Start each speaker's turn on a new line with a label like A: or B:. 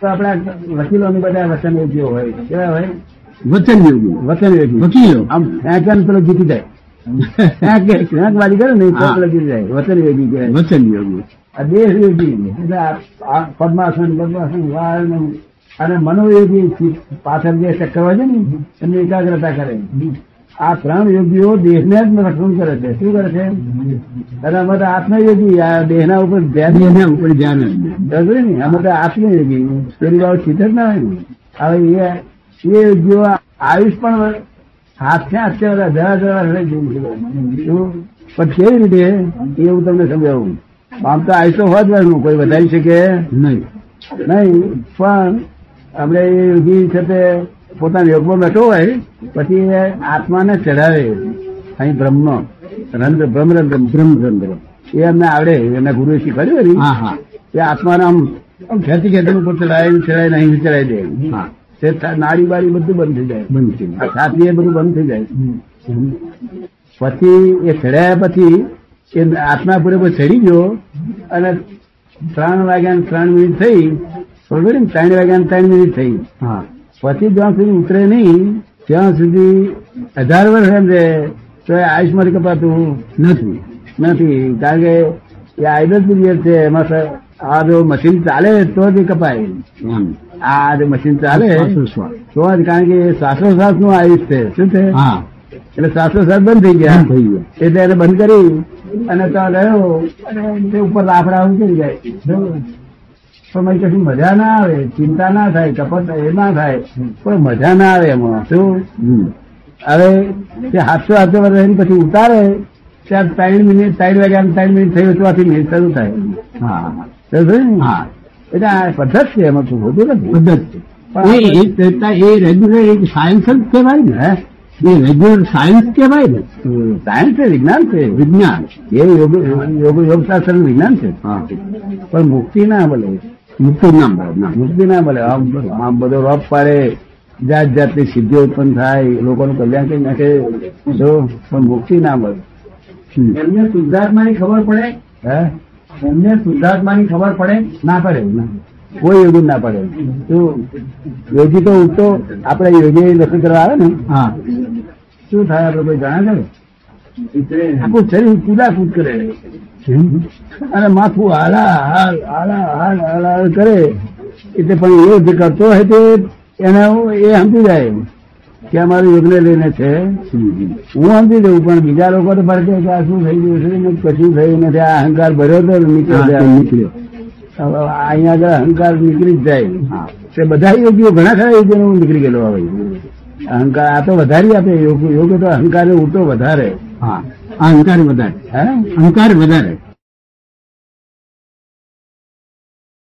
A: તો આપણા વકીલોનું બધા વચન યોગ્ય હોય કેવા હોય
B: વચન યોગી
A: વચન યોગ્ય
B: વકીલો
A: આમ ફેંકવાનું પેલો જીતી જાય ફેંક ફેંક વાળી કરે ને તો
B: હા.
A: પેલો જીતી જાય વચન યોગી કહેવાય
B: વચન યોગી
A: આ દેહ યોગી એટલે આ- આ પદ્માસન પદ્માસન વાળ ને એવું. અને મનોયોગી થી પાછળ જે ચક્ર હોય છે ને એમની એકાગ્રતા કરે આ ત્રણ યોગીઓ દેહને જ રક્ષણ કરે છે શું કરે છે અને અમે તો આત્મયોગી આ દેહના ઉપર ધ્યાન
B: અને એના ઉપર ધ્યાન જ દે.
A: જરૂરી નહીં અમે તો આત્મયોગી પેલી બાબત સીધ જ ના હોય ને હવે એ એ યોગીઓ આયુષ પણ હાથે હાથે બધા જરા જરા રહી ગયું છે. એવું પણ કેવી રીતે એ હું તમને સમજાવું આમ તો આયુષ તો હોવા જ વાળનું કોઈ વધારી શકે
B: નહીં
A: નહીં પણ આપણે એ યોગી છે તે પોતાના યોગમાં બેઠો હોય પછી એ આત્માને ચઢાવે અહીં બ્રહ્મનો રંધ્ર બ્રહ્મરંધ્ર બ્રહ્મરંધ્ર એ અમને આવડે એમના ગુરુએ શીખવાડ્યું ને
B: હા હા
A: એ આત્માને આમ આમ ખેંચી ખેંચી ઉપર ચડાય ને ચડાય ને અહીં ચડાય દે
B: હા
A: તે થા- નાડી બારી બધું બંધ થઈ જાય
B: બંધ થઈ ગયું.
A: આ છાતી એ બધું બંધ થઈ જાય પછી એ ચડાયા પછી એ આત્મા પૂરેપૂર ચડી ગયો અને ત્રણ વાગ્યા ત્રણ મિનિટ થઈ બરોબર ને ત્રણ વાગ્યા ત્રણ મિનિટ થઈ
B: હા
A: પછી જ્યાં સુધી ઉતરે નહીં ત્યાં સુધી અઢાર વર્ષ એમ રહે તો એ આયુષ્યમાં કપાતું
B: નથી
A: નથી કારણ કે એ આઈડલ પીરિયડ છે એમાં સ- આ જો મશીન ચાલે તો જ એ કપાય
B: એમ
A: આ જો મશીન ચાલે
B: શ્વાસો શ્વાસ.
A: તો જ કારણ કે એ શ્વાસોશ્વાસ નું આયુષ છે શું છે
B: હા
A: એટલે શ્વાસોશ્વાસ બંધ થઈ ગયા
B: એમ થઈ ગયા
A: એટલે એને બંધ કરી અને ત્યાં રહ્યો અને તે ઉપર લાફડા ઉતરી જાય બરાબર? પણ મને કશું મજા ના આવે ચિંતા ના થાય કપટ એ ના થાય પણ મજા ના આવે એમાં શું
B: હમ.
A: હવે તે હાથસો હાથસો વર્ષની પછી ઉતારે ત્યાં ત્રણ મિનિટ ત્રણ વાગ્યા ત્રણ મિનિટ થઈ હોય તો આથી મિનિટ શરૂ થાય
B: હા હા.
A: સમજો ને?
B: હા
A: એટલે આ પદ્ધત છે એમાં શું હોતું નથી
B: પદ્ધતિ
A: પણ
B: એ એ કરતા એ રેગ્યુલર એક સાયન્સ જ કહેવાય ને
A: હે
B: એ રેગ્યુલર સાયન્સ કહેવાય ને
A: સાયન્સ છે વિજ્ઞાન છે
B: વિજ્ઞાન
A: એ યોગ યોગ યોગશાસ્ત્ર નું વિજ્ઞાન છે
B: હા
A: પણ મુક્તિ ના મળે
B: મુક્તિ ના મળે ના મળે.
A: મુક્તિ ના મળે આમ આમ બધો રોપ પાડે જાત જાતની સિદ્ધિઓ ઉત્પન્ન થાય લોકોનું કલ્યાણ કરી નાખે જો પણ મુક્તિ ના મળે
B: હમ.
C: એમને શુદ્ધાત્માની ખબર પડે
A: હે
C: એમને શુદ્ધાત્માની ખબર પડે
A: ના પડે ના. કોઈ યોગી ના પડે શું યોગી તો ઉઠતો આપણે યોગી લખી કરવા આવે ને
B: હા
A: શું થાય આપણે કોઈ જાણે છે
C: ઉતરે ને.
A: આખું શરીર કુદાકૂદ કરે અને માથું હાલા હાલ હાલા હાલ હાલ હાલ કરે એટલે પણ એ જે કરતો હોય તે એને એ સમજી જાય કે અમારું યોગને લઈને છે
B: હમ.
A: હું સમજી દઉં પણ બીજા લોકો તો ભરકે કે આ શું થઈ ગયું છે ને કશું થયું નથી આ અહંકાર ભર્યો તો નીકળી
B: હા, તે
A: જાય
B: નીકળ્યો
A: હવે અહીંયા આગળ અહંકાર નીકળી જ જાય
B: હા
A: તે બધા યોગીઓ ઘણા ખરા યોગીઓ હું નીકળી ગયેલો હવે અહંકાર આ તો વધારી આપે યોગ યોગ તો અહંકાર ઉડતો વધારે
B: હા આ અહંકાર વધારે
A: હે
B: અહંકાર વધારે